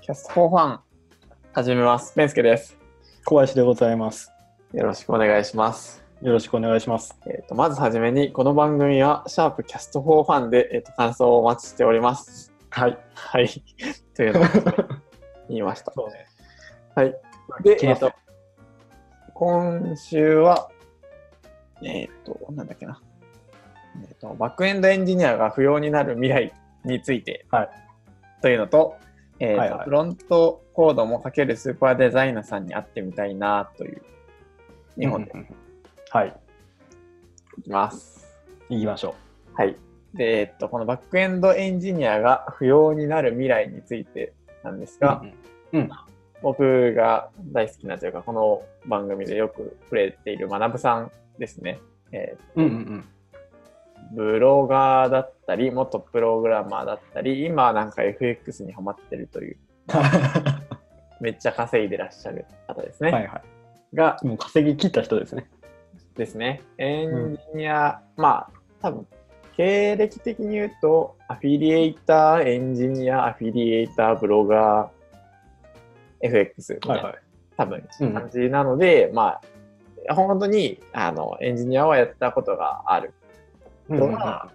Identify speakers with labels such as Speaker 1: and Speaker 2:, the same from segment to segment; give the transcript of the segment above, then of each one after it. Speaker 1: キャストフォーファン始めます。メンスケです。
Speaker 2: 小林でございます。
Speaker 1: よろしくお願いします。
Speaker 2: よろしくお願いします。
Speaker 1: えっ、と、まずはじめに、この番組は、シャープキャストフォーファンで、えっ、と、感想をお待ちしております。
Speaker 2: はい。
Speaker 1: はい。 というのを言いました。
Speaker 2: そうね。
Speaker 1: はい。
Speaker 2: で、
Speaker 1: で、えっ、と、今週は、えっ、と、なんだっけな。えっ、と、バックエンドエンジニアが不要になる未来について、
Speaker 2: はい
Speaker 1: というのと、えっ、と、
Speaker 2: はいはい
Speaker 1: フロントコードもかけるスーパーデザイナーさんに会ってみたいなという、日本で
Speaker 2: うんうんうんはい。
Speaker 1: いきます。
Speaker 2: 行きましょ
Speaker 1: はい。で、えっと、このバックエンドエンジニアが不要になる未来についてなんです
Speaker 2: う。
Speaker 1: が、
Speaker 2: うん
Speaker 1: 僕が大好きなというか、この番組でよく触れている学ぶさんですね。え
Speaker 2: うん うん
Speaker 1: ーブロガーだったり、元プログラマーだったり、今なんか FX にハマってるという、
Speaker 2: うん。は
Speaker 1: めっちゃ稼いでらっしゃる方です
Speaker 2: い
Speaker 1: ね。
Speaker 2: は
Speaker 1: が、
Speaker 2: い。もう稼ぎ切った人ですね。
Speaker 1: ですね。エンジニア、まあ、多分、経歴的に言うと、アフィリエイター、エンジニア、アフィリエイター、ブロガー、FX みたいな、
Speaker 2: はいはい。
Speaker 1: 多分、
Speaker 2: うん
Speaker 1: 感じなので、まあ、本当に、あの、エンジニアはやったことがある
Speaker 2: う
Speaker 1: 人
Speaker 2: んうんうん
Speaker 1: が、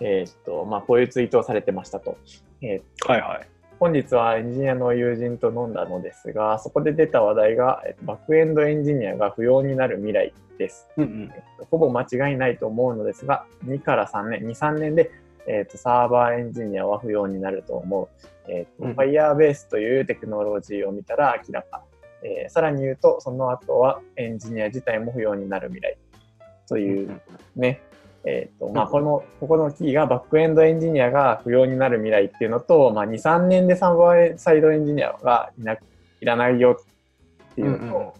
Speaker 1: えーっと、まあ、こういうツイートをされてましたと。えー
Speaker 2: はいはい。
Speaker 1: 本日はエンジニアの友人と飲んだのですが、そこで出た話題が、えっとバックエンドエンジニアが不要になる未来です。
Speaker 2: うんうん。
Speaker 1: ほぼ間違いないと思うのですが、2から3年、2、3年で、えー、とサーバーエンジニアは不要になると思う。えー
Speaker 2: う
Speaker 1: と
Speaker 2: ん
Speaker 1: Firebase というテクノロジーを見たら明らか。えーさらに言うと、その後はエンジニア自体も不要になる未来。という
Speaker 2: うん
Speaker 1: ね。えっ、と、まあ、
Speaker 2: うん
Speaker 1: この、ここのキーがバックエンドエンジニアが不要になる未来っていうのと、まあ、2、3年でサーバーサイドエンジニアがいな、いらないよっていうの
Speaker 2: うんうん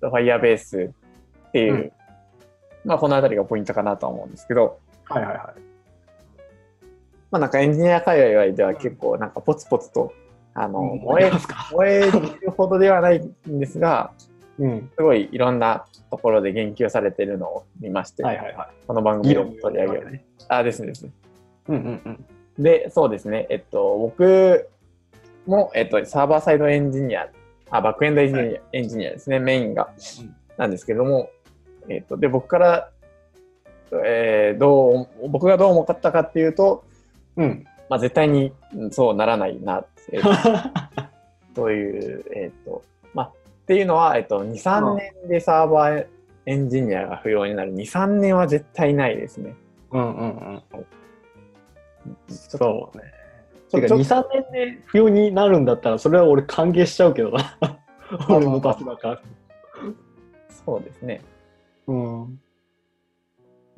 Speaker 1: と、ファイヤーベースっていう、
Speaker 2: うん
Speaker 1: まあ、このあたりがポイントかなとは思うんですけど、
Speaker 2: はいはいはい。
Speaker 1: まあ、なんかエンジニア界隈では結構、なんかポツポツと、あの、
Speaker 2: うん
Speaker 1: 燃え
Speaker 2: 思いますか、
Speaker 1: 燃えるほどではないんですが、
Speaker 2: うん。
Speaker 1: すごいいろんなところで言及されてるのを見まして、
Speaker 2: はいはいは
Speaker 1: この番
Speaker 2: い。議
Speaker 1: 組を
Speaker 2: 論
Speaker 1: 取り上げる。
Speaker 2: ね。
Speaker 1: あ、ですねですね。
Speaker 2: うんうんうん。
Speaker 1: で、そうですね。えっと、僕も、えっと、サーバーサイドエンジニア、あ、バックエンドエンジニア,、
Speaker 2: は
Speaker 1: エンジニアですね、メインが、なんですけども、えっと、で、僕から、えーどう、僕がどう思ったかっていうと、
Speaker 2: うん。
Speaker 1: まあ、絶対にうんそうならないな、えっとという、えっと、まあ、っていうのは、えっと、2、3年でサーバーエンジニアが不要になる。2、3年は絶対ないですね。
Speaker 2: うんうんうん。
Speaker 1: ちょっと
Speaker 2: そうね。
Speaker 1: ちょ
Speaker 2: てか、2、3年で不要になるんだったら、それは俺歓迎しちゃうけど な。俺の立場から。
Speaker 1: そうですね。
Speaker 2: うん。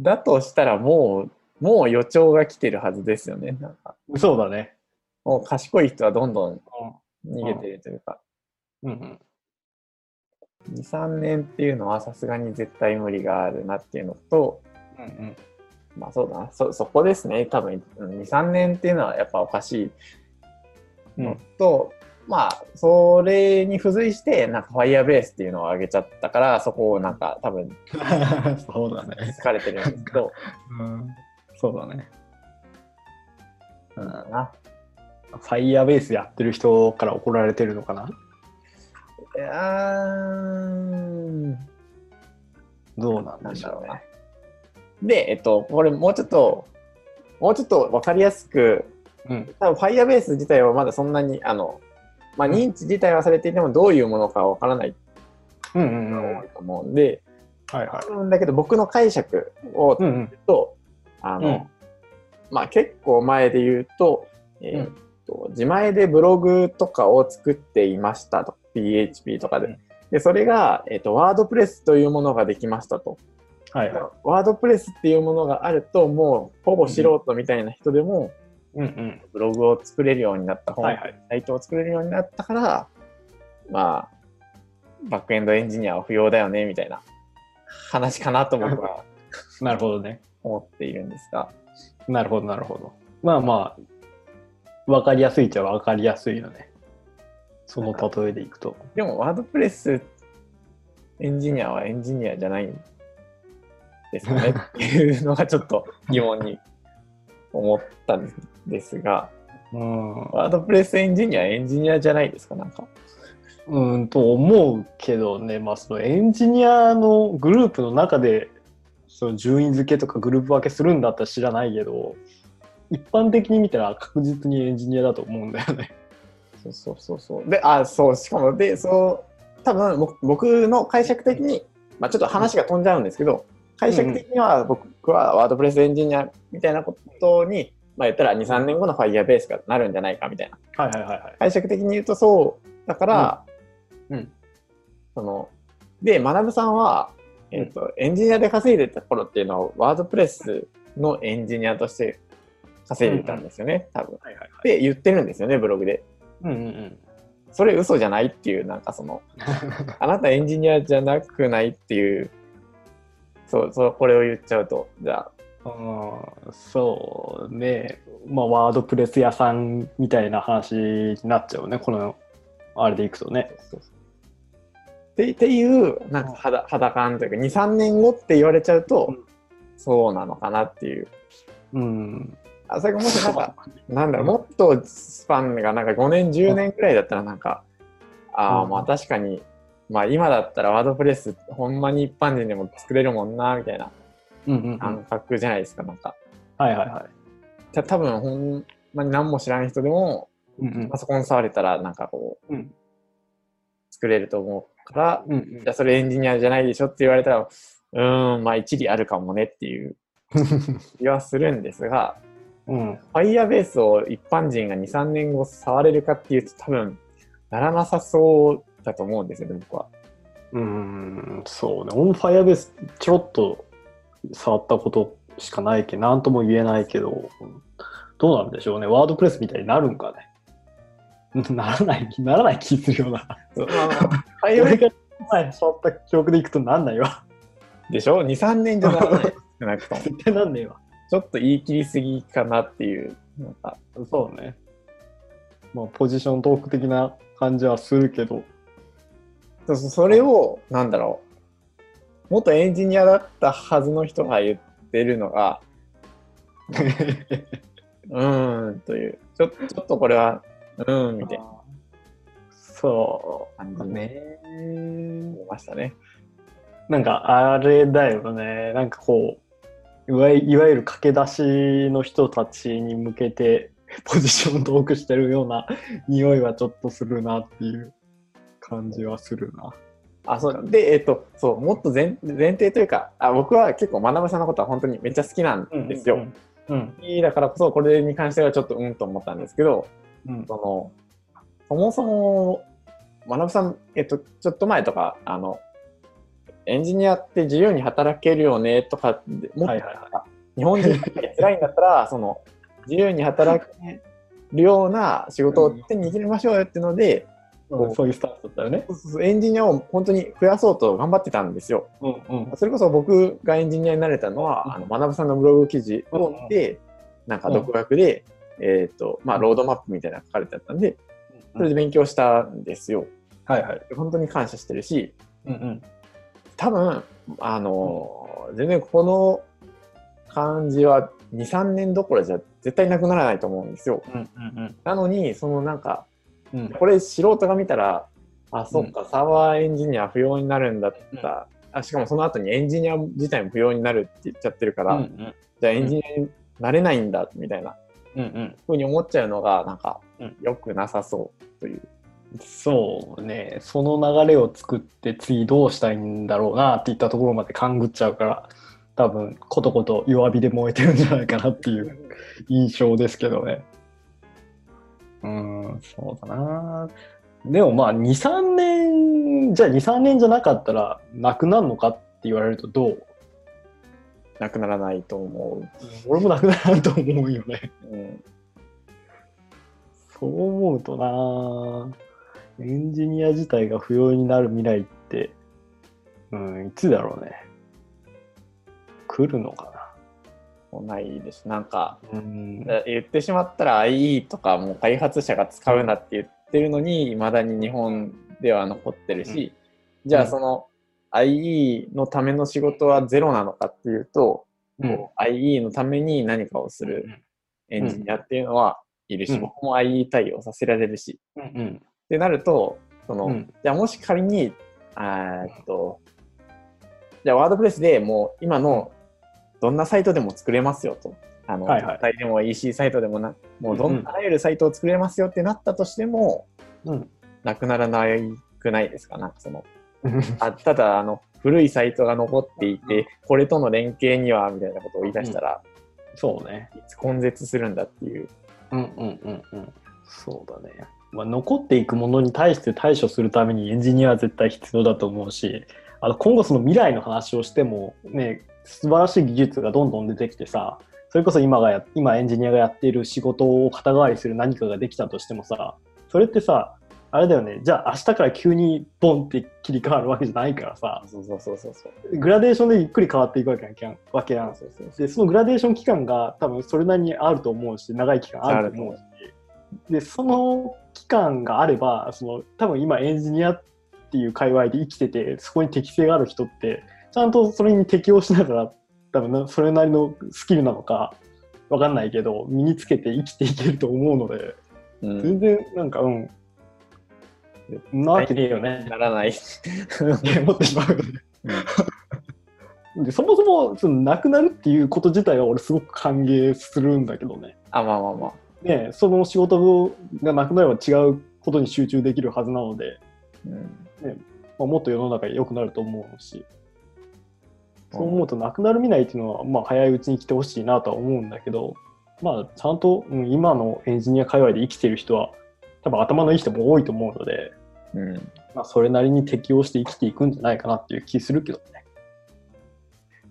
Speaker 1: だとしたらもう、もう予兆が来てるはずですよね。なんか
Speaker 2: そうだね。
Speaker 1: もう賢い人はどんどん逃げてるというか、
Speaker 2: うんうん。
Speaker 1: 2、3年っていうのはさすがに絶対無理があるなっていうのと、
Speaker 2: うんうん。
Speaker 1: まあそうだな、そ、そこですね。多分、うん2、3年っていうのはやっぱおかしいのと、まあ、それに付随して、なんか Firebase っていうのを上げちゃったから、そこをなんか多分
Speaker 2: そうだね。
Speaker 1: 疲れてるんですけど、
Speaker 2: うん。そうだね。
Speaker 1: うんな。
Speaker 2: ファイヤーベースやってる人から怒られてるのかない
Speaker 1: やー、
Speaker 2: どうなん
Speaker 1: なん
Speaker 2: でし
Speaker 1: だろ
Speaker 2: ょう
Speaker 1: う
Speaker 2: ね
Speaker 1: な。。で、えっと、これもうちょっと、もうちょっと分かりやすく、
Speaker 2: うん。
Speaker 1: 多分 Firebase 自体はまだそんなに、あの、まあ、認知自体はされていてもどういうものかわからない
Speaker 2: うんうん
Speaker 1: 人
Speaker 2: うん。
Speaker 1: が
Speaker 2: は
Speaker 1: 多
Speaker 2: い
Speaker 1: いと思うんで、
Speaker 2: はい。
Speaker 1: うんだけど僕の解釈を
Speaker 2: う
Speaker 1: 言
Speaker 2: んうん
Speaker 1: うと、あ
Speaker 2: う
Speaker 1: の、
Speaker 2: ん。
Speaker 1: まあ、結構前で言うと、えーっと自前でブログとかを作っていましたと PHP とかで,、
Speaker 2: うん
Speaker 1: でそれが、えーっとワードプレスというものができましたと
Speaker 2: はいはい。
Speaker 1: ワードプレスっていうものがあると、もうほぼ素人みたいな人でも、
Speaker 2: うんうん。
Speaker 1: ブログを作れるようになった、本、
Speaker 2: はいはい。
Speaker 1: サイトを作れるようになったから、まあ、バックエンドエンジニアは不要だよね、みたいな話かなと僕は
Speaker 2: なるほどね。
Speaker 1: 思っているんですが、
Speaker 2: なるほどなるほど。まあまあ、わかりやすいっちゃわかりやすいよね。その例えでいくと。
Speaker 1: でもワードプレスエンジニアはエンジニアじゃないんです かねっていうのがちょっと疑問に思ったんですが、
Speaker 2: うん。
Speaker 1: ワードプレスエンジニア、エンジニアじゃないですか、なんか。
Speaker 2: うんと思うけどね、まあ、そのエンジニアのグループの中でその順位付けとかグループ分けするんだったら知らないけど一般的に見たら確実にエンジニアだと思うんだよね。
Speaker 1: そうそうそうそう。で、あ、そう、しかも、で、そう、多分僕僕の解釈的に、まあ、ちょっと話が飛んじゃうんですけど、解釈的には僕はワードプレスエンジニアみたいなことに、まあ、言ったら2、3年後の Firebase がなるんじゃないかみたいな。
Speaker 2: はいはいはいはい。
Speaker 1: 解釈的に言うとそう。だから、
Speaker 2: うんうん
Speaker 1: その、で、学さんは、えっ、と、エンジニアで稼いでた頃っていうのは、ワードプレスのエンジニアとして稼いでたんですよね、多分。
Speaker 2: はいはいはい。
Speaker 1: で、言ってるんですよね、ブログで。
Speaker 2: うんうんうん。
Speaker 1: それ嘘じゃないっていうなんかそ のあなたエンジニアじゃなくないっていうそうそうこれを言っちゃうとじゃあ
Speaker 2: うんそうね、まあ、ワードプレス屋さんみたいな話になっちゃうね、このあれでいくとね。
Speaker 1: ってっていうなんか肌肌感というか23年後って言われちゃうと、
Speaker 2: うん
Speaker 1: そうなのかなっていう
Speaker 2: うん。
Speaker 1: あそれがもしなんかなんだろうもっとスパンがなんか5年10年くらいだったらなんか、ああ
Speaker 2: うん
Speaker 1: まあ確かにまあ今だったらワードプレスほんまに一般人でも作れるもんなみたいな
Speaker 2: うんうんうん。
Speaker 1: 感覚じゃないですかなんか。
Speaker 2: はいはいはい。
Speaker 1: た多分ほんまに何も知らない人でも
Speaker 2: うんうん
Speaker 1: パソコン触れたらなんかこう
Speaker 2: うん
Speaker 1: 作れると思うから、
Speaker 2: うんうん
Speaker 1: いやそれエンジニアじゃないでしょって言われたらうーんまあ一理あるかもねっていう気はするんですが
Speaker 2: うん。
Speaker 1: Firebase を一般人が23年後触れるかっていうと多分ならなさそうだと思うんですよね僕は。
Speaker 2: うーん、そうね。オンファイアベース、ちょろっと触ったことしかないけど、なんとも言えないけど、どうなんでしょうね。ワードプレスみたいになるんかね。 ならない、ならない気するような。
Speaker 1: そうまあまあ Firebase
Speaker 2: 俺が前触った記憶でいくとなんないわ。
Speaker 1: でしょ ?23 年じゃならない少なくとも
Speaker 2: 絶対なんねえわ。
Speaker 1: ちょっと言い切りすぎかなっていうなんか
Speaker 2: そうね。まあ、ポジショントーク的な感じはするけ ど。
Speaker 1: そうそうそれを、なんだろう、元エンジニアだったはずの人が言ってるのが、うーんという、ちょちょっとこれは、うーんみたいな
Speaker 2: そ
Speaker 1: 感
Speaker 2: う。
Speaker 1: じに
Speaker 2: ね。
Speaker 1: 思いましたね。
Speaker 2: なんかあれだよね、なんかこう、いわいいわゆる駆け出しの人たちに向けて、ポジション遠くしてるような匂いはちょっとするなっていう感じはするな。
Speaker 1: あそうで、えっと、そう、もっと前前提というかあ、僕は結構、学さんのことは本当にめっちゃ好きなんですよ。。
Speaker 2: うん。
Speaker 1: いいだからこそ、これに関してはちょっとうんと思ったんですけど、
Speaker 2: うん。
Speaker 1: そのそもそも、学さん、えっと、ちょっと前とか、あの、エンジニアって自由に働けるよねとか、でもっ
Speaker 2: は
Speaker 1: と
Speaker 2: いはいは
Speaker 1: 日本人が辛いんだった ら、その、自由に働けるような仕事を手に入れましょうよっていうので、
Speaker 2: いうん。そういうスタンスだったよね。
Speaker 1: そうそうそうエンジニアを本当に増やそうと頑張ってたんですよ。
Speaker 2: うんうん。
Speaker 1: それこそ僕がエンジニアになれたのは、あの、学さんのブログ記事を見て、なんか独学で、えっと、まあ、ロードマップみたいなの書かれてあったんで、それで勉強したんですよ。
Speaker 2: はいはい。
Speaker 1: 本当に感謝してるし、
Speaker 2: うんうん。
Speaker 1: 多分、あのー全然この感じは2、3年どころじゃ絶対なくならないと思うんですよ。
Speaker 2: うんうん
Speaker 1: なのに、そのなんか、
Speaker 2: うん。うん
Speaker 1: これ素人が見たら、あ、そっか、サーバーエンジニア不要になるんだった。あしかもその後にエンジニア自体も不要になるって言っちゃってるから、
Speaker 2: うん
Speaker 1: じゃあエンジニアになれないんだ、みたいな
Speaker 2: うんうん。
Speaker 1: ふうに思っちゃうのが、なんか
Speaker 2: うん、
Speaker 1: 良くなさそうという。
Speaker 2: そうね、その流れを作って次どうしたいんだろうなっていったところまで勘ぐっちゃうから多分ことこと弱火で燃えてるんじゃないかなっていう印象ですけどね。うーんそうだなでもまあ23年じゃあ23年じゃなかったらなくなるのかって言われるとどう
Speaker 1: なくならないと思う。
Speaker 2: 俺もなくなると思うよね。
Speaker 1: うん、
Speaker 2: そう思うとなぁエンジニア自体が不要になる未来って、うん、いつだろうね。来るのか
Speaker 1: もうないです。なんか、
Speaker 2: な。うん。
Speaker 1: 言ってしまったら IE とかもう開発者が使うなって言ってるのにいまだに日本では残ってるし、じゃあその IE のための仕事はゼロなのかっていうと、
Speaker 2: うん
Speaker 1: こう IE のために何かをするエンジニアっていうのはいるし、
Speaker 2: うん
Speaker 1: 僕も IE 対応させられるし。
Speaker 2: うん
Speaker 1: ってなると、その、
Speaker 2: うん
Speaker 1: じゃあもし仮に、あーっと、じゃあワードプレスでもう今のどんなサイトでも作れますよと。あの、
Speaker 2: はいはい
Speaker 1: 特体でも EC サイトでもな、もうど
Speaker 2: うん
Speaker 1: ん
Speaker 2: うん
Speaker 1: あらゆるサイトを作れますよってなったとしても、
Speaker 2: うん
Speaker 1: なくならないくないですかなんかその、
Speaker 2: うん
Speaker 1: あただ、あの、古いサイトが残っていて、これとの連携には、みたいなことを言い出したら、
Speaker 2: そうね。
Speaker 1: いつ根絶するんだっていう。
Speaker 2: うんうんうんうん。そうだね。まあ、残っていくものに対して対処するためにエンジニアは絶対必要だと思うし、あの今後その未来の話をしても、ね、素晴らしい技術がどんどん出てきてさ、それこそ今がや今エンジニアがやっている仕事を肩代わりする何かができたとしてもさ、それってさ、あれだよね、じゃあ明日から急にボンって切り替わるわけじゃないからさ、
Speaker 1: そうそうそうそうそう。
Speaker 2: グラデーションでゆっくり変わっていくわけやんわけやん。
Speaker 1: そうそうそう
Speaker 2: でそのグラデーション期間が多分それなりにあると思うし長い期間あると思うしでその期間があればその多分今エンジニアっていう界隈で生きててそこに適性がある人ってちゃんとそれに適応しながら多分なそれなりのスキルなのかわかんないけど身につけて生きていけると思うので
Speaker 1: うん
Speaker 2: 全然なんかうんなわけねえよね
Speaker 1: ならない。
Speaker 2: 持ってしまうのででそもそもそのなくなるっていうこと自体は俺すごく歓迎するんだけどね
Speaker 1: あ、まあまあまあ。
Speaker 2: ねその仕事がなくなれば違うことに集中できるはずなので、
Speaker 1: うん
Speaker 2: まあ、もっと世の中良くなると思うしそう思うとなくなる未来っていうのは、まあ、早いうちに来てほしいなとは思うんだけど、まあ、ちゃんと、うん今のエンジニア界隈で生きてる人は多分頭のいい人も多いと思うので、
Speaker 1: うん。
Speaker 2: まあ、それなりに適応して生きていくんじゃないかなっていう気するけどね。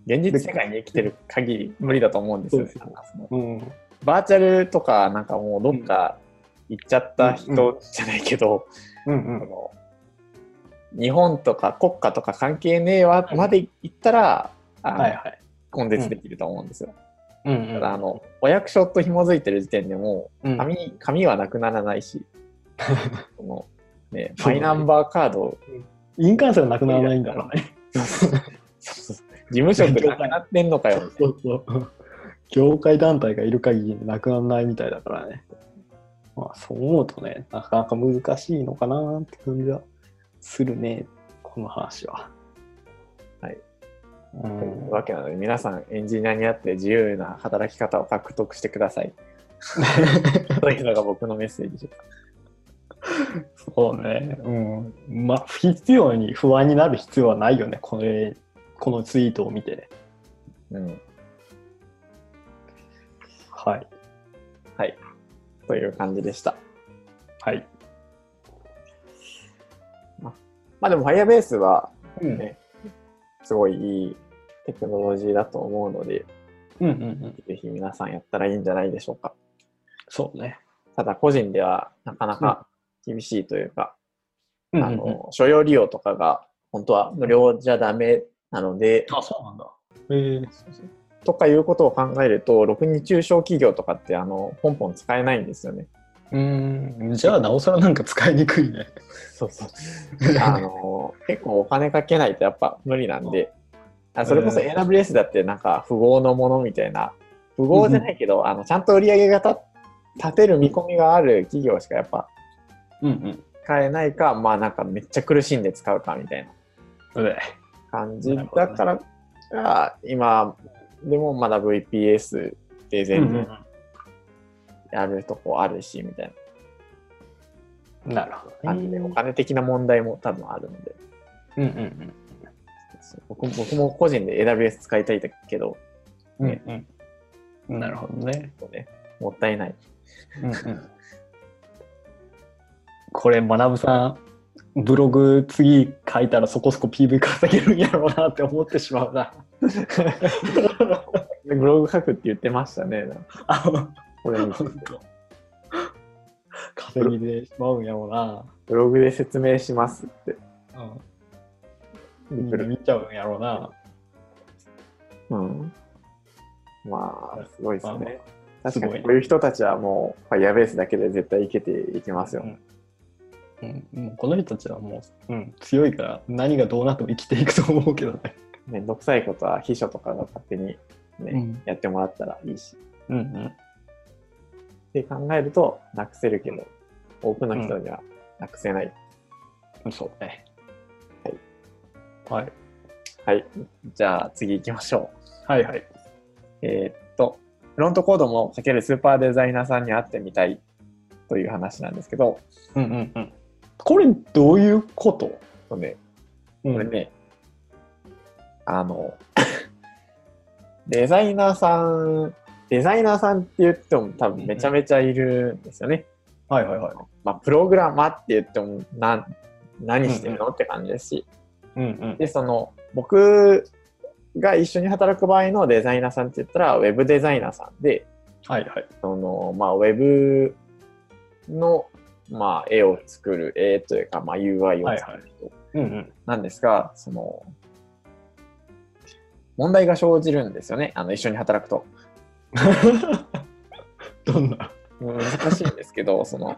Speaker 1: 現実世界に生きてる限り無理だと思うんですよね。
Speaker 2: そうそう
Speaker 1: なんかその
Speaker 2: うん
Speaker 1: バーチャルとか、なんかもうどっか行っちゃった人じゃないけど、
Speaker 2: うんう
Speaker 1: そ
Speaker 2: ん
Speaker 1: の日本とか国家とか関係ねえわまで行ったら、あの
Speaker 2: はいはい。
Speaker 1: 根絶できると思うんですよ。
Speaker 2: うんう
Speaker 1: た
Speaker 2: ん
Speaker 1: だあのお役所と紐づいてる時点でも
Speaker 2: う
Speaker 1: うん紙紙はなくならない しこの、ね、
Speaker 2: そう
Speaker 1: マイナンバーカード
Speaker 2: 印鑑すらなくならないんだからね。
Speaker 1: そうそう事務職なくなってんのかよ
Speaker 2: そうそう。業界団体がいる限りなくならないみたいだからね。まあそう思うとね、なかなか難しいのかなって感じはするね、この話は。
Speaker 1: はい。
Speaker 2: う。
Speaker 1: というんわけなので皆さんエンジニアになって自由な働き方を獲得してくだ さいというのが僕のメッセージです。
Speaker 2: そうね。うん。まあ必要に不安になる必要はないよね、これ、このツイートを見て。
Speaker 1: うん、
Speaker 2: はい。
Speaker 1: はいという感じでした。
Speaker 2: はい。
Speaker 1: まあでも Firebase は
Speaker 2: うん
Speaker 1: ねすごいいいテクノロジーだと思うので
Speaker 2: うんうんうん。
Speaker 1: ぜひ皆さんやったらいいんじゃないでしょうか。
Speaker 2: そうね。
Speaker 1: ただ個人ではなかなか厳しいというか、
Speaker 2: うん
Speaker 1: あ
Speaker 2: うんうん
Speaker 1: の所要利用とかが本当は無料じゃダメなので、
Speaker 2: あ、そうなんだ。ええ
Speaker 1: とかいうことを考えると、ろくに中小企業とかってあのポンポン使えないんですよね。
Speaker 2: うーん、じゃあなおさらなんか使いにくいね。
Speaker 1: そう そうあの結構お金かけないとやっぱ無理なんで、あそれこそ
Speaker 2: え
Speaker 1: AWS だってなんか富豪のものみたいな、富豪じゃないけど、あのちゃんと売り上げが立立てる見込みがある企業しかやっぱ
Speaker 2: うん
Speaker 1: 使えないか、まあなんかめっちゃ苦しんで使うかみたいな。
Speaker 2: うん。で、
Speaker 1: 感じだ
Speaker 2: なるほどね
Speaker 1: から、あ今でもまだ VPS で
Speaker 2: うん
Speaker 1: 全部やるとこあるし、みたい
Speaker 2: うん、なるほ
Speaker 1: な
Speaker 2: どね
Speaker 1: 感じで、お金的な問題も多分あるので、
Speaker 2: うんうん
Speaker 1: そう僕も僕も個人で AWS 使いたいだけど、
Speaker 2: うん。うんうん、なるほどね。
Speaker 1: ね、もったいない。
Speaker 2: うんうん、これ、学さん、ブログ次書いたらそこそこ PV 稼げるんやろうなって思ってしまう な。
Speaker 1: ブログ書くって言ってましたね、なんか
Speaker 2: あの
Speaker 1: これに
Speaker 2: 本当稼ぎでしまうんやろう
Speaker 1: ブログで説明しますって。
Speaker 2: な。うん、みんな
Speaker 1: う
Speaker 2: 見ちゃうんやろうな。
Speaker 1: ん、まあ、すごいです
Speaker 2: まあまあ
Speaker 1: ね。確か
Speaker 2: すご
Speaker 1: に
Speaker 2: い
Speaker 1: こういう人たちはもう、ファイヤーベースだけで絶対いけていきますよ。
Speaker 2: うん、もうこの人たちはもう、うん、強いから何がどうなっても生きていくと思うけどね。
Speaker 1: めんどくさいことは秘書とかが勝手に、ね
Speaker 2: ん、
Speaker 1: やってもらったらいいし。
Speaker 2: うん、
Speaker 1: って考えると、なくせるけど、多くの人にはなくせない。
Speaker 2: そうね。はい。はい。
Speaker 1: はい。じゃあ次行きましょ
Speaker 2: はいはい。
Speaker 1: う。えーっと、フロントコードもかけるスーパーデザイナーさんに会ってみたいという話なんですけど、
Speaker 2: うんうんうん。これ、どういうこと
Speaker 1: そうね
Speaker 2: う
Speaker 1: これ
Speaker 2: ん
Speaker 1: ね、あの、 デザイナーさん、デザイナーさんって言っても多分めちゃめちゃいるんですよね。
Speaker 2: はいはいはい。
Speaker 1: まあ、プログラマーって言ってもな何してるのって感じですし。
Speaker 2: うんうん。
Speaker 1: で、その、僕が一緒に働く場合のデザイナーさんって言ったら、ウェブデザイナーさんで、
Speaker 2: はいはい。
Speaker 1: その、まあ、ウェブの、まあ、絵を作る、絵というか、まあ、UI を作る人
Speaker 2: うんうん。
Speaker 1: なんですが、その、問題が生じるんですよね。あの、一緒に働くと。
Speaker 2: どんな
Speaker 1: 難しいんですけ ど、その、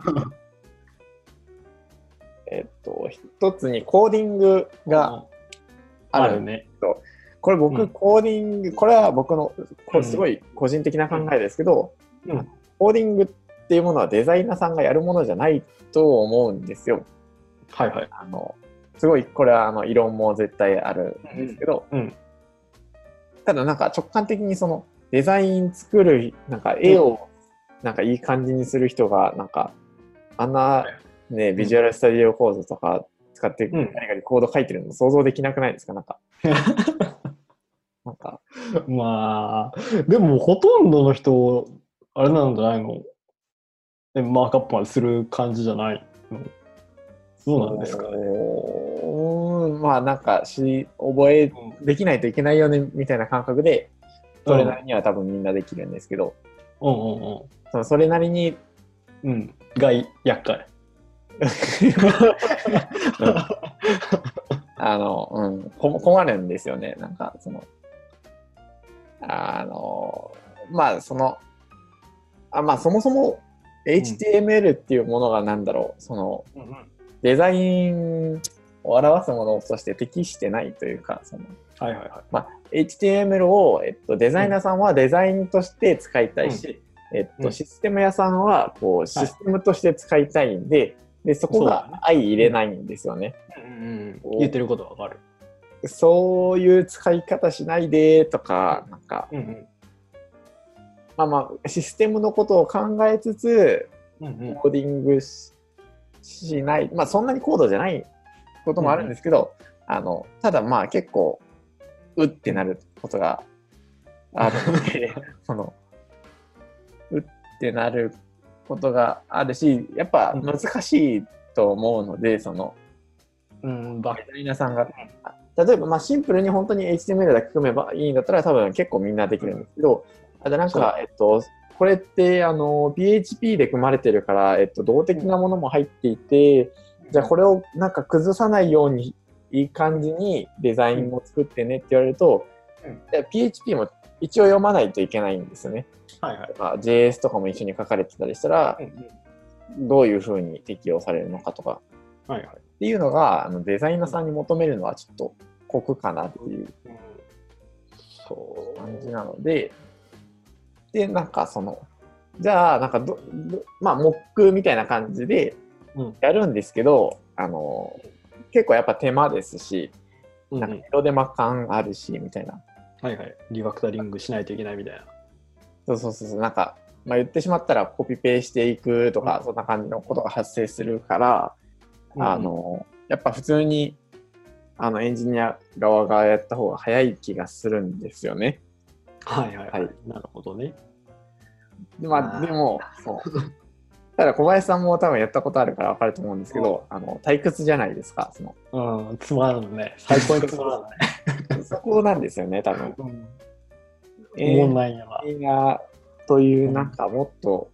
Speaker 1: えっと、一つにコーディングがあ
Speaker 2: あ
Speaker 1: る
Speaker 2: る。ね。
Speaker 1: これ
Speaker 2: う
Speaker 1: 僕、
Speaker 2: ん
Speaker 1: コーディング、これは僕の、こ
Speaker 2: う
Speaker 1: れ
Speaker 2: ん
Speaker 1: すごい個人的な考えですけど、
Speaker 2: うん
Speaker 1: コーディングっていうものはデザイナーさんがやるものじゃないと思うんですよ。
Speaker 2: はいはい。
Speaker 1: あの、すごい、これはあの、異論も絶対あるんですけど、
Speaker 2: うん。
Speaker 1: ただなんか直感的にそのデザイン作るなんか絵をなんかいい感じにする人がなんかあんなねビジュアルスタジオコードとか使って
Speaker 2: うん
Speaker 1: 何かにコード書いてるの想像できなくないですかなん かなんか
Speaker 2: まあ、でもほとんどの人、あれなんじゃないのでマークアップまでする感じじゃないのどうなんですかね。
Speaker 1: うーんまあなんかし覚えできないといけないよねみたいな感覚でそれなりには多分みんなできるんですけど
Speaker 2: うんうん
Speaker 1: そのそれなりに
Speaker 2: うん。うん。がい厄介。
Speaker 1: あの、うん、こ困るんですよね。なんか、その、あの、まあ、その、あまあ、そもそも HTML っていうものがなんだろう、その、
Speaker 2: うんうん
Speaker 1: デザインを表すものとして適してないというか、その、
Speaker 2: はいはいは
Speaker 1: HTML を、えっと、デザイナーさんはデザインとして使いたいし、えっ
Speaker 2: う
Speaker 1: と、
Speaker 2: ん
Speaker 1: システム屋さんは、こう、システムとして使いたいんで、で、そこ
Speaker 2: そうだ
Speaker 1: が
Speaker 2: ね
Speaker 1: 相入れないんですよね。
Speaker 2: い。うん
Speaker 1: お
Speaker 2: 言ってることわかる。
Speaker 1: そういう使い方しないでとか、なんか、
Speaker 2: うん
Speaker 1: まあまあ、システムのことを考えつつ、
Speaker 2: うん。うんうん
Speaker 1: コーディングししない、まあそんなに高度じゃないこともあるんですけど、あの、ただまあ結構、うってなることがあるので、その、うってなることがあるし、やっぱ難しいと思うので、その、
Speaker 2: うん。ば
Speaker 1: デザイナーさんが、例えばまあシンプルに本当に HTML だけ組めばいいんだったら多分結構みんなできるんですけど、ただなんか、えっと、これってあの PHP で組まれてるから、えっと、動的なものも入っていて、じゃあこれをなんか崩さないようにいい感じにデザインも作ってねって言われると、
Speaker 2: うん
Speaker 1: じゃあ PHP も一応読まないといけないんですよね。
Speaker 2: はいはい。
Speaker 1: まあ JS とかも一緒に書かれてたりしたら
Speaker 2: う、んうん
Speaker 1: どういうふうに適用されるのかとか、
Speaker 2: はいはい。
Speaker 1: っていうのがあのデザイナーさんに求めるのはちょっと酷かなっていう
Speaker 2: うんそう。
Speaker 1: 感じなのででなんかそのじゃあなんかどどまあモックみたいな感じで
Speaker 2: うん
Speaker 1: やるんですけど、あの結構やっぱ手間ですし
Speaker 2: うん
Speaker 1: な
Speaker 2: うん
Speaker 1: か
Speaker 2: ん
Speaker 1: 色手間感あるしみたいな、
Speaker 2: はいはい。リファクタリングしないといけないみたいな。
Speaker 1: そうそうそうそうなんか、まあ、言ってしまったらコピペしていくとか、
Speaker 2: うん
Speaker 1: そんな感じのことが発生するから、あの、やっぱ普通に、あの、エンジニア側がやった方が早い気がするんですよね。
Speaker 2: はいはいは
Speaker 1: はい
Speaker 2: い。なるほどね。
Speaker 1: でま
Speaker 2: あ
Speaker 1: あ、
Speaker 2: ー
Speaker 1: でも、そう。ただ小林さんも多分やったことあるからわかると思うんですけど、あの、退屈じゃないですか。その、
Speaker 2: うん、つまらんね。最高につまらんね。
Speaker 1: そこなんですよね、多分。
Speaker 2: うん。
Speaker 1: え
Speaker 2: オンラインやわ。
Speaker 1: ー、なという、なんかもっと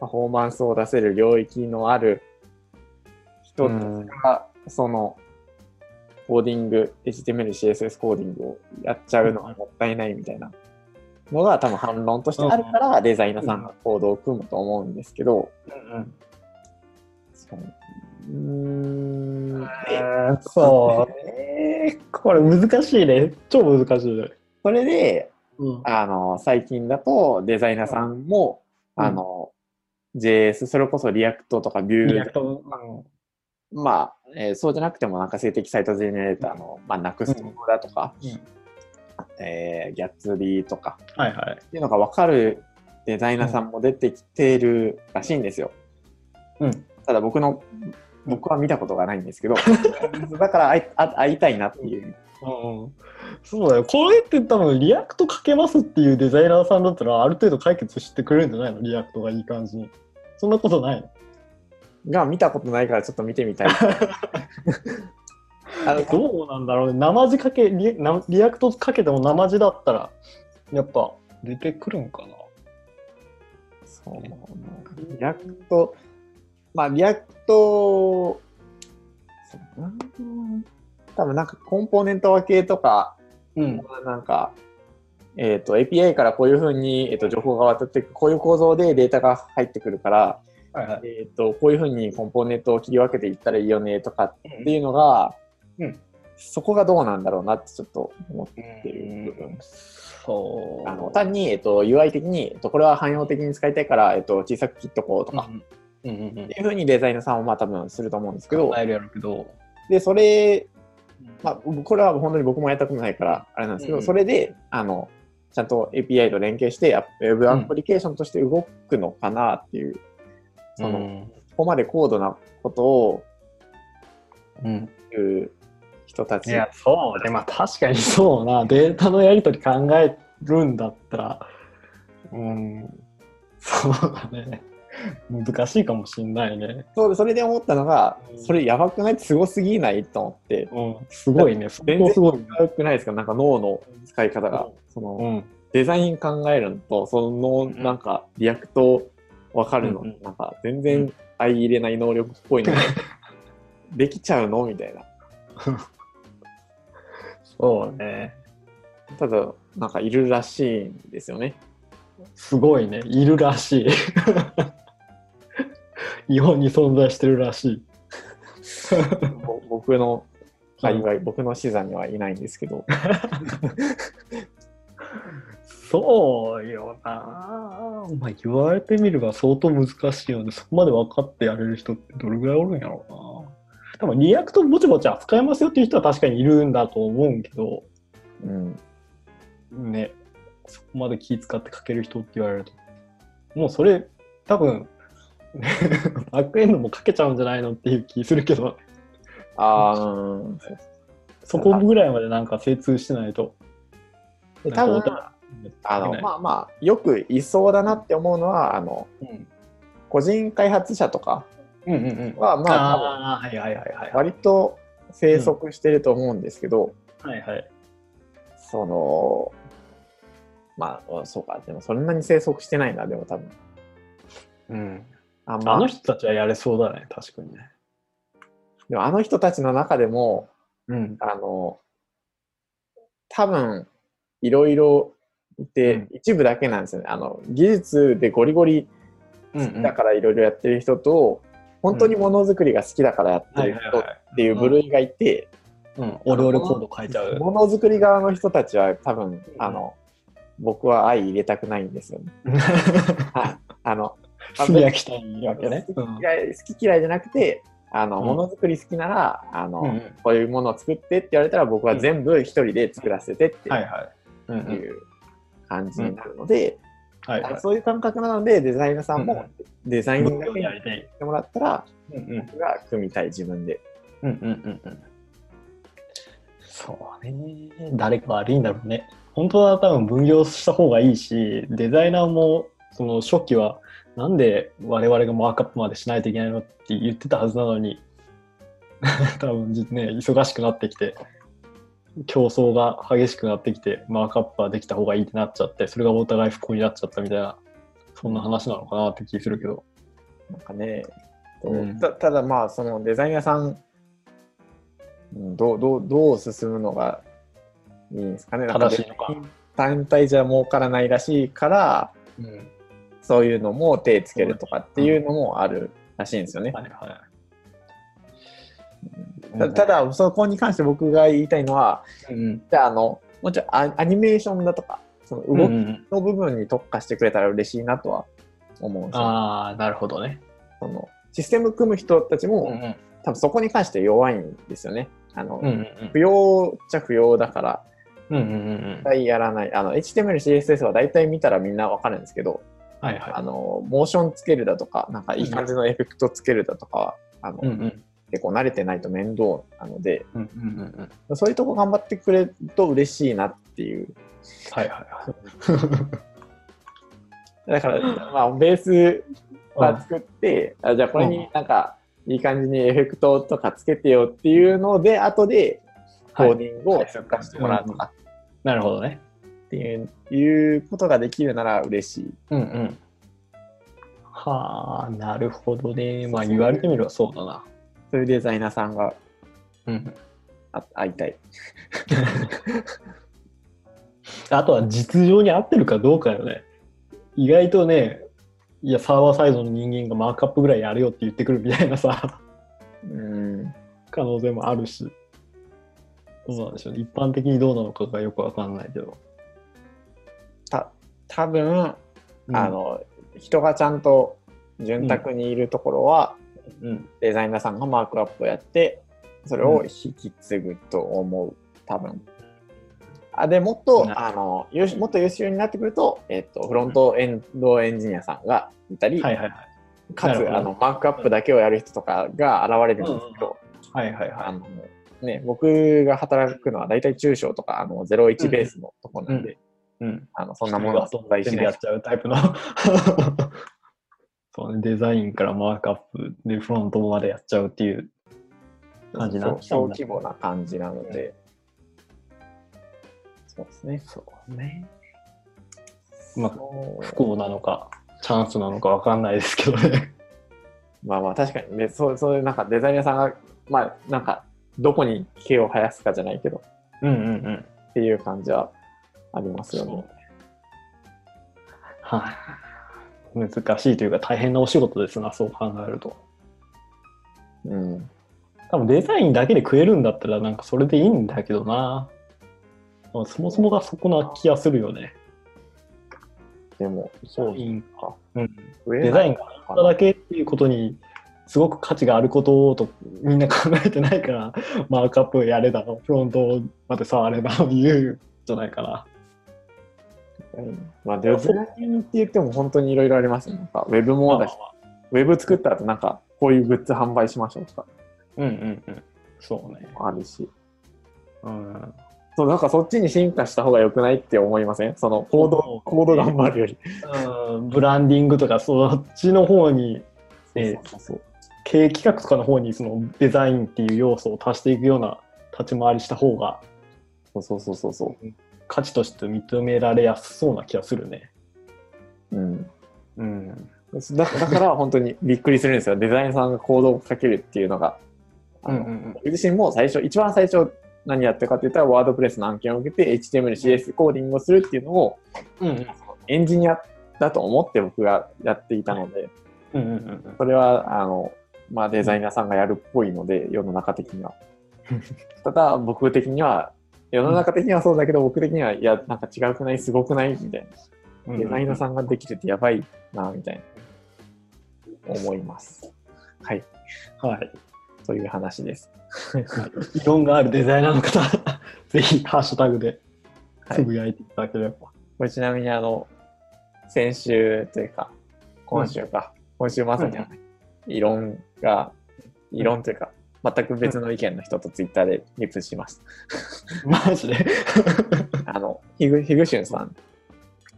Speaker 1: パフォーマンスを出せる領域のある人たちが、その、コーディング、HTML、CSS コーディングをやっちゃうのはもったいないみたいなのが多分反論としてあるから、デザイナーさんがコードを組むと思うんですけど、
Speaker 2: うん
Speaker 1: そのうーん、
Speaker 2: うん。そうね。これ難しいね。超難しいね。
Speaker 1: それで、
Speaker 2: うん。
Speaker 1: あの、最近だとデザイナーさんも、
Speaker 2: うん
Speaker 1: あの、 JS、それこそリアクトとかビュ
Speaker 2: リア
Speaker 1: ー
Speaker 2: ク、ト、うん
Speaker 1: まあ、えーそうじゃなくてもなんか性的サイトジェネレーターの、まあ、なくすとこだとか、えーギャッツビーとか
Speaker 2: はいはい。
Speaker 1: っていうのが分かるデザイナーさんも出てきてるらしいんですよ。
Speaker 2: うん。
Speaker 1: ただ僕の、僕は見たことがないんですけど、 だから会いあ会いたいなっていう。
Speaker 2: うん、そうだよこれって多分リアクトかけますっていうデザイナーさんだったらある程度解決してくれるんじゃないのリアクトがいい感じにそんなことないの
Speaker 1: が見たことないからちょっと見てみたい。 あの
Speaker 2: どうなんだろうね生地かけリなリアクトかけても生地だったらやっぱ出てくるんかな
Speaker 1: そうリアクト、まあ、リアクト、そうだな多分なんかコンポーネント分けとか、
Speaker 2: うん
Speaker 1: なんか、えっ、と、API からこういうふうに、えー、と情報が渡って、こういう構造でデータが入ってくるから、
Speaker 2: はいはい
Speaker 1: えっ、と、こういうふうにコンポーネントを切り分けていったらいいよねとかっていうのが、
Speaker 2: うん
Speaker 1: そこがどうなんだろうなってちょっと思って
Speaker 2: っていう部分そう
Speaker 1: あの単に、えっと、UI 的に、えっと、これは汎用的に使いたいから、えっと、小さく切っとこうとか、
Speaker 2: うんうんうんうん
Speaker 1: っていうふうにデザイナーさんはまあ多分すると思うんですけど、
Speaker 2: 考えるやろうけど、
Speaker 1: でそれ、まあ、僕これは本当に僕もやったことないからあれなんですけど、
Speaker 2: うん
Speaker 1: それであのちゃんと API と連携してアウェブアプリケーションとして動くのかなっていう、その、
Speaker 2: うん
Speaker 1: ここまで高度なことを
Speaker 2: うん
Speaker 1: 言う人た
Speaker 2: い
Speaker 1: ち
Speaker 2: や、そうね、まあ確かにそうな、データのやり取り考えるんだったら、うん、そうだね、難しいかもしんないね。
Speaker 1: そうそれで思ったのが、
Speaker 2: うん
Speaker 1: それやばくないすごすぎないと思って。
Speaker 2: うん、すごいね、そ
Speaker 1: 全然
Speaker 2: こすごいね。
Speaker 1: やばくないですかなんか脳の使い方が、
Speaker 2: うん
Speaker 1: その、
Speaker 2: うん、
Speaker 1: デザイン考えるのと、その、
Speaker 2: うん
Speaker 1: なんか、リアクト分かるの、
Speaker 2: うんうん
Speaker 1: なんか、全然相入れない能力っぽい のができちゃうのみたいな。
Speaker 2: そうね、
Speaker 1: ただ、なんか、いるらしいんですよね。
Speaker 2: すごいね、いるらしい。日本に存在してるらしい。
Speaker 1: ぼ僕の界隈、僕の資産にはいないんですけど。
Speaker 2: そうよなぁ。まあ言われてみれば相当難しいよね。そこまで分かってやれる人ってどれぐらいおるんやろうな。多分リアクトぼちぼち扱えますよっていう人は確かにいるんだと思うんけど、
Speaker 1: うん。
Speaker 2: ね、そこまで気使って書ける人って言われると。もうそれ、多分、ね バックエンドも書けちゃうんじゃないのっていう気するけど、
Speaker 1: あーうん。
Speaker 2: そこぐらいまでなんか精通してないと。
Speaker 1: で多
Speaker 2: な
Speaker 1: 分
Speaker 2: んか、音
Speaker 1: あの、
Speaker 2: ね
Speaker 1: まあまあ、よくいそうだなって思うのは、あの、
Speaker 2: うん
Speaker 1: 個人開発者とか
Speaker 2: うんうんうん。
Speaker 1: は、まあ、多分
Speaker 2: あー、はいはいはいはい。
Speaker 1: 割と生息してると思うんですけど、
Speaker 2: はいはい。
Speaker 1: その、まあ、そうか、でもそんなに生息してないな、でも多分。
Speaker 2: うん
Speaker 1: あんま
Speaker 2: あの人たちはやれそうだね、確かにね。
Speaker 1: でもあの人たちの中でも、
Speaker 2: うん。
Speaker 1: あの、多分、いろいろいて、
Speaker 2: うん
Speaker 1: 一部だけなんですよね。あの、技術でゴリゴリ
Speaker 2: うんうん
Speaker 1: だからいろいろやってる人と、本当にものづくりが好きだからやってる人っていう部類がいて、
Speaker 2: うん、オレオレコード書いちゃう。
Speaker 1: ものづくり側の人たちは多分、あの、僕は相入れたくないんですよね。 はいあの、
Speaker 2: 炭焼きたいわけね。
Speaker 1: 好き嫌い好き嫌いじゃなくてあの、
Speaker 2: うん
Speaker 1: ものづくり好きならあの、
Speaker 2: うんうん
Speaker 1: こういうものを作ってって言われたら僕は全部一人で作らせてって
Speaker 2: はいはい。うんうん
Speaker 1: いう感じになるので、
Speaker 2: はいはい
Speaker 1: あそういう感覚なのでデザイナーさん
Speaker 2: うんう
Speaker 1: もデザインだけにやっ
Speaker 2: りたい。
Speaker 1: てもらったら、
Speaker 2: うんうん
Speaker 1: 僕が組みたい自分で
Speaker 2: うんうんうんうん。そうね。誰か悪いんだろうね。本当は多分分業した方がいいし、デザイナーもその初期はなんで我々がマークアップまでしないといけないのって言ってたはずなのに、 多分ね、忙しくなってきて、競争が激しくなってきて、マークアップはできた方がいいってなっちゃって、それがお互い不幸になっちゃったみたいな、そんな話なのかなって気するけど。
Speaker 1: なんかね、
Speaker 2: うん
Speaker 1: たただまあそのデザイナーさんうんどうどうどう進むのがいいんですかねなんか
Speaker 2: 正しいのか。
Speaker 1: 単体じゃ儲からないらしいから
Speaker 2: うん
Speaker 1: そういうのも手つけるとかっていうのもあるらしいんですよね。
Speaker 2: はいはい。
Speaker 1: たただ、そこに関して僕が言いたいのは、
Speaker 2: うん、
Speaker 1: じゃあ、あの、もちろんアアニメーションだとか、その
Speaker 2: うんう
Speaker 1: 動き
Speaker 2: ん
Speaker 1: の部分に特化してくれたら嬉しいなとは思うんですよ。
Speaker 2: ああ、なるほどね。
Speaker 1: そのシステム組む人たち
Speaker 2: う
Speaker 1: も、
Speaker 2: ん
Speaker 1: 多分そこに関して弱いんですよね。あの、
Speaker 2: うんうん
Speaker 1: 不要っちゃ不要だから、
Speaker 2: うんうんうん
Speaker 1: 絶。対やらない。あの、HTML、CSS は大体見たらみんなわかるんですけど、
Speaker 2: はいは
Speaker 1: あの、モーションつけるだとか、なんかいい感じのエフェクトつけるだとかは、あの、
Speaker 2: い。うんうん
Speaker 1: 結構慣れてないと面倒なので、
Speaker 2: うんうんうんうん。
Speaker 1: そういうとこ頑張ってくれると嬉しいなっていう。
Speaker 2: はいはいは
Speaker 1: だから、まあ、ベースは作って、あじゃあこれ
Speaker 2: う
Speaker 1: に
Speaker 2: ん
Speaker 1: なんか、いい感じにエフェクトとかつけてよっていうので、後でコ
Speaker 2: い。
Speaker 1: ー
Speaker 2: はい。
Speaker 1: ディングを追加してもらうとか
Speaker 2: なるほどね。
Speaker 1: っていう,、いうことができるなら嬉しい。
Speaker 2: うんうん。はあ、なるほどね。まあ
Speaker 1: そうそう
Speaker 2: 言われてみればそうだな。
Speaker 1: そういうデザイナーさんが
Speaker 2: うん。
Speaker 1: あ会いたい。
Speaker 2: あとは実情に合ってるかどうかよね。意外とね、いや、サーバーサイドの人間がマークアップぐらいやれよって言ってくるみたいなさ、
Speaker 1: うん。
Speaker 2: 可能性もあるし。どうなんでしょうね。一般的にどうなのかがよくわかんないけど。
Speaker 1: た多分、
Speaker 2: うん
Speaker 1: あ、の、人がちゃんと潤沢にいるところは、
Speaker 2: うん。
Speaker 1: デザイナーさんがマークアップをやって、それを引き継ぐと思う、多分。あでもっと
Speaker 2: な
Speaker 1: あの優秀もっと優秀になってくると,、えっと、フロントエンドエンジニアさんがいたり、
Speaker 2: はいはいはい。
Speaker 1: か
Speaker 2: なる
Speaker 1: つ
Speaker 2: ほど
Speaker 1: あのマークアップだけをやる人とかが現れるんですけど、
Speaker 2: はいはいは
Speaker 1: あのね、僕が働くのは大体中小とかあの01ベースのとこなんで、
Speaker 2: い。うん。
Speaker 1: あのそんなものは存在し
Speaker 2: 全部
Speaker 1: な
Speaker 2: や
Speaker 1: い
Speaker 2: っ。ちゃうタイプの。 そうね、デザインからマークアップでフロントまでやっちゃうっていう感じな
Speaker 1: そ
Speaker 2: ん
Speaker 1: う
Speaker 2: だ
Speaker 1: 小規模な感じなので、そうですね。
Speaker 2: そうね。まあ、
Speaker 1: そう
Speaker 2: 不幸なのか、チャンスなのかわかんないですけどね。
Speaker 1: まあまあ確かにね、そうそういうなんかデザイナーさんが、まあなんかどこに毛を生やすかじゃないけど
Speaker 2: うんうんうん。
Speaker 1: っていう感じはありますよね。
Speaker 2: はい、難しいというか大変なお仕事ですな、そう考えると。
Speaker 1: うん、
Speaker 2: 多分デザインだけで食えるんだったら、なんかそれでいいんだけどな。まあそもそもがそこな気がするよね。
Speaker 1: でも、そう
Speaker 2: デザイン
Speaker 1: か。
Speaker 2: うん、
Speaker 1: 増え
Speaker 2: デ
Speaker 1: な
Speaker 2: ザ
Speaker 1: い
Speaker 2: インがあっただけっていうことに、すごく価値があることとみんな考えてないから、 マークアップやれだの、フロントまで触れだの言うんじゃないかな。
Speaker 1: うんまあデザインって言っても本当にいろいろありますね。なんかウェブもだし、ウェブ作った後なんかこういうグッズ販売しましょうとか
Speaker 2: うんうんうん。そうね。
Speaker 1: もあるし、
Speaker 2: うん。
Speaker 1: そうなんかそっちに進化した方が良くないって思いませんそのコード、
Speaker 2: そう
Speaker 1: コード頑張るより。
Speaker 2: うんブランディングとかそっちの方にええ
Speaker 1: そうそうそう
Speaker 2: 経営企画とかの方にそのデザインっていう要素を足していくような立ち回りした方が
Speaker 1: そうそうそうそ
Speaker 2: 価値として認められやすそうな気がするね。
Speaker 1: う。うん
Speaker 2: うん。
Speaker 1: だだから本当にびっくりするんですよ。デザインさんが行動をかけるっていうのが。あの僕自身も最初、一番最初何やってるかって言ったら、ワードプレスの案件を受けて、HTML、CS コーディングをするっていうのを、
Speaker 2: うんうん
Speaker 1: エンジニアだと思って僕がやっていたので、
Speaker 2: うんうんうん
Speaker 1: それは、あの、まあデザイナーさんがやるっぽいので、世の中的に は。ただ、僕的には、世の中的にはそうだけど、僕的には、いや、なんか違うくないすごくないみたい
Speaker 2: うん
Speaker 1: な。
Speaker 2: うん。
Speaker 1: デザイナーさんができててやばいな、みたいな、思います。はい。
Speaker 2: はい。
Speaker 1: という話です。
Speaker 2: 異論があるデザイナーの方、 ぜひハッシュタグで
Speaker 1: はい
Speaker 2: つぶやいていただければ。
Speaker 1: これちなみにあの、先週というか、今週か、今週まさに
Speaker 2: うん
Speaker 1: 異論が、異論というか、全く別の意見の人とツイッターでリプしました。
Speaker 2: マジで。
Speaker 1: あの、ヒグ、ヒグシュンさん、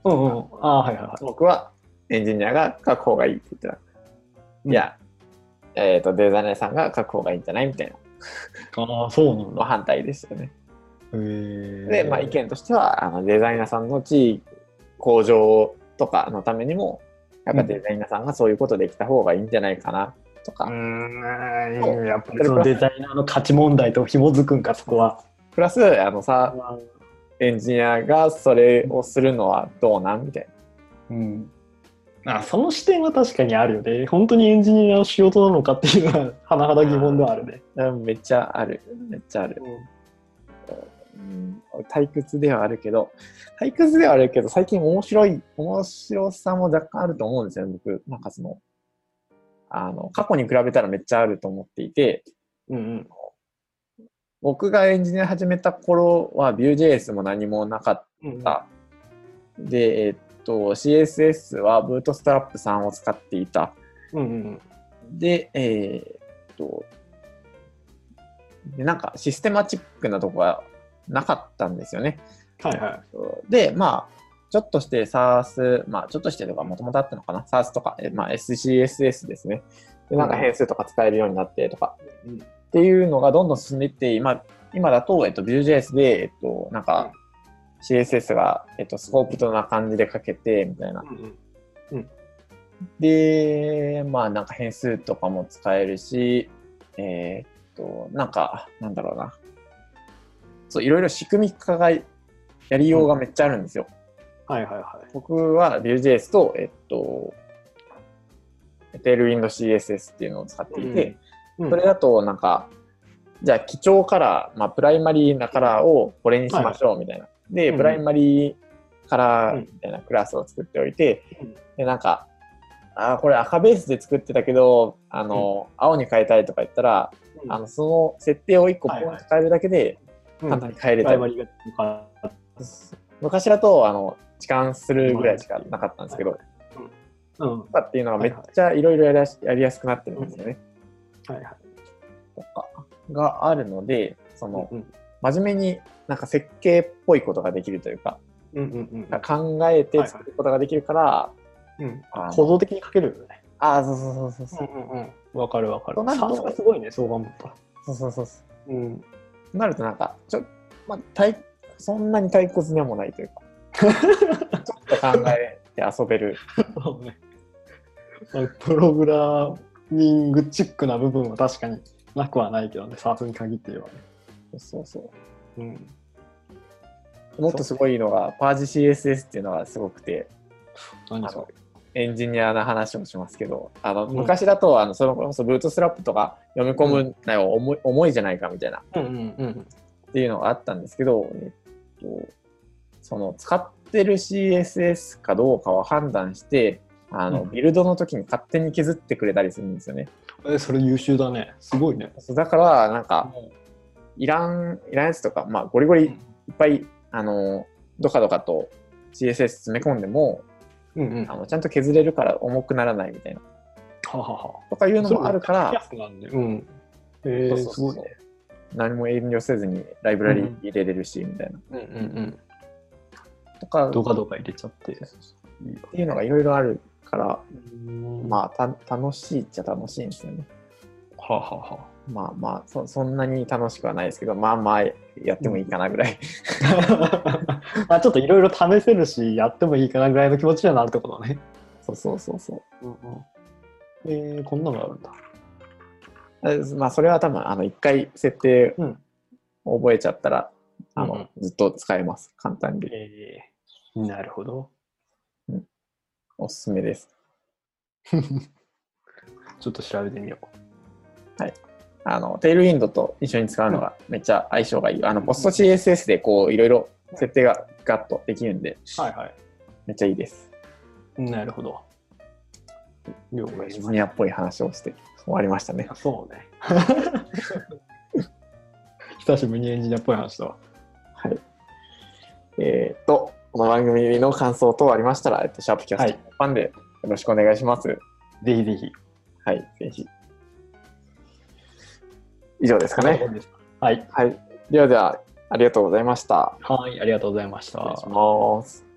Speaker 2: うんうん。ああ、はいはいは
Speaker 1: 僕はエンジニアが書く方がいいって言ってた。
Speaker 2: い。
Speaker 1: い、や、えっ、と、デザイナーさんが書く方がいいんじゃないみたいな、
Speaker 2: ああ、そうなん
Speaker 1: の
Speaker 2: だ。
Speaker 1: 反対でしたね。
Speaker 2: へー
Speaker 1: で、まあ意。見としては、あのデザイナーさんの地位向上とかのためにも、やっぱデザイナーさんがそういうことできた方がいいんじゃないかなとか、
Speaker 2: うーん、やっぱりそのデザイナーの価値問題と紐づくんか、そこは。
Speaker 1: プラスあのさエンジニアがそれをするのはどうなんみたい
Speaker 2: うん。あ、その視点は確かにあるよね。本当にエンジニアの仕事なのかって いうのは、甚だ疑問ではあるね。
Speaker 1: なめっちゃあるめっちゃあるうん退屈ではあるけど、退屈ではあるけど、最近面白い、面白さも若干あると思うんですよね、僕。なんかその、あの、過去に比べたらめっちゃあると思っていて、
Speaker 2: うんうん。
Speaker 1: 僕がエンジニア始めた頃は Vue.js も何もなかっ
Speaker 2: うん
Speaker 1: た。で、えっと、CSS は Bootstrap 3を使っていた。
Speaker 2: うんうん
Speaker 1: で、えーっと、でなんかシステマチックなとこがなかったんですよね。
Speaker 2: はいは
Speaker 1: で、まあ、ちょっとして SARS、まあ、ちょっとしてとか、もともとあったのかな、SARS とか、えまあ、SCSS ですね。で、なんか変数とか使えるようになってとか、
Speaker 2: うん
Speaker 1: っていうのがどんどん進んでいって、今、今だと、えっと、Vue.js で、えっと、なんか、CSS が、えっと、スコープとな感じで書けて、みたいな。
Speaker 2: い。うん
Speaker 1: で、まあなんか変数とかも使えるし、えーっと、なんか、なんだろうな。そう、いろいろ仕組み化がやりようがめっちゃあるんですよ。
Speaker 2: はいはいはい。
Speaker 1: 僕は Vue.js と、えっと、Tailwind CSS っていうのを使っていて、
Speaker 2: うん
Speaker 1: それだとなんか、じゃあ基調カラー、まあプライマリーなカラーをこれにしましょうみたいな。で、
Speaker 2: うん
Speaker 1: プライマリーカラ
Speaker 2: う
Speaker 1: ー
Speaker 2: ん
Speaker 1: みたいなクラスを作っておいて
Speaker 2: うん、
Speaker 1: で、なんか、あーこれ赤ベースで作ってたけど、あの、青に変えたいとか言ったら、
Speaker 2: うん
Speaker 1: あの、その設定を1個ポンと変えるだけで
Speaker 2: うん
Speaker 1: 簡単に変えれ
Speaker 2: プ
Speaker 1: た
Speaker 2: ラ
Speaker 1: り
Speaker 2: イマリーがとか
Speaker 1: 昔だと、あの、時間するぐらいしかなかったんですけど、
Speaker 2: うん。
Speaker 1: と
Speaker 2: は
Speaker 1: かっていうのがめっちゃいろいろやりやすやりやすくなってるんですよね。
Speaker 2: いはい。
Speaker 1: とかがあるので、その、
Speaker 2: うん
Speaker 1: 真面目になんか設計っぽいことができるというか、
Speaker 2: うんうん
Speaker 1: 考えて作ることができるから、
Speaker 2: うんうん。
Speaker 1: あの
Speaker 2: 構造的に書けるよね。
Speaker 1: あーそうそうそうそう
Speaker 2: うんうんうん。わかるわかる。
Speaker 1: となると
Speaker 2: 酸素がすごいね、そう頑張ったら。
Speaker 1: そうそうそうそ
Speaker 2: うん。
Speaker 1: うなるとなんかちょ、まあ、退そんなに退屈にもない というかちょっと考えて遊べる
Speaker 2: そうねまあプログラミングチックな部分は確かになくはないけどね、サーフに限って言えばね。
Speaker 1: そうそう
Speaker 2: うん。
Speaker 1: もっとすごいのがパージ CSS っていうのがすごくて
Speaker 2: 何
Speaker 1: あ
Speaker 2: そ
Speaker 1: の
Speaker 2: れ。
Speaker 1: エンジニアな話をしますけどあの
Speaker 2: うん
Speaker 1: 昔だと、あのそれこそブートスラップとか読み込むなよ、重い重いじゃないかみたいな
Speaker 2: うんうんうん。
Speaker 1: っていうのがあったんですけど、えっと、その使ってる CSS かどうかを判断してあの、
Speaker 2: うん
Speaker 1: ビルドの時に勝手に削ってくれたりするんですよね。
Speaker 2: え、それ優秀だね。すごいね。
Speaker 1: そうだからなんかいらんいらんやつとか、まあ、ゴリゴリいっぱいあのドカドカと CSS 詰め込んでも
Speaker 2: うんうん。
Speaker 1: あ
Speaker 2: は
Speaker 1: のちゃんと削れるから重くならないみたいな
Speaker 2: はは。
Speaker 1: とかいうのもあるか
Speaker 2: や
Speaker 1: ら
Speaker 2: すくなるね。うん。え
Speaker 1: そ
Speaker 2: ー、
Speaker 1: う
Speaker 2: す
Speaker 1: そう
Speaker 2: ごい
Speaker 1: そう
Speaker 2: ね。
Speaker 1: 何も遠慮せずにライブラリ入れれるし、みたいな
Speaker 2: うんうん
Speaker 1: とか
Speaker 2: うん。
Speaker 1: っ
Speaker 2: どかどか入れちゃって。いいよ
Speaker 1: ていうのがいろいろあるから
Speaker 2: ま
Speaker 1: まあた楽しいっちゃ楽しいんですよね。
Speaker 2: あ、はあはあは
Speaker 1: まあまあそ、そんなに楽しくはないですけど、まあまあ、やってもいいかなぐ らい。
Speaker 2: あ。 まあちょっといろいろ試せるし、やってもいいかなぐらいの気持ちにはなるってことね。
Speaker 1: そうそうそうそう。
Speaker 2: うんうん。えー、こんなのがあるんだ。
Speaker 1: えまあ、それは多分、あの、一回設定
Speaker 2: うん
Speaker 1: を覚えちゃったら、あ
Speaker 2: うんう
Speaker 1: の、ずっと使えます。簡単に。
Speaker 2: えー、なるほど。
Speaker 1: おすすめです。
Speaker 2: ちょっと調べてみよう。
Speaker 1: あの、テールウィンドと一緒に使うのがめっちゃ相性がいい。あの、ポスト CSS でこう、いろいろ設定がガッとできるんで、
Speaker 2: はいはい。
Speaker 1: めっちゃいいです。
Speaker 2: なるほど。了解し
Speaker 1: エン
Speaker 2: ま
Speaker 1: ジ
Speaker 2: した
Speaker 1: ニアっぽい話をして終わりましたね。
Speaker 2: そうね。 久しぶりにエンジニアっぽい話だわ。
Speaker 1: はい。えーっと、この番組の感想等ありましたら、えっと、シャープキャストファンでよろしくお願いします。
Speaker 2: ぜひぜひ。
Speaker 1: はい、ぜひ。以上ですかね。
Speaker 2: はい。
Speaker 1: はい。ではでは、ありがとうございました。
Speaker 2: はい、ありがとうございました。
Speaker 1: 失礼します。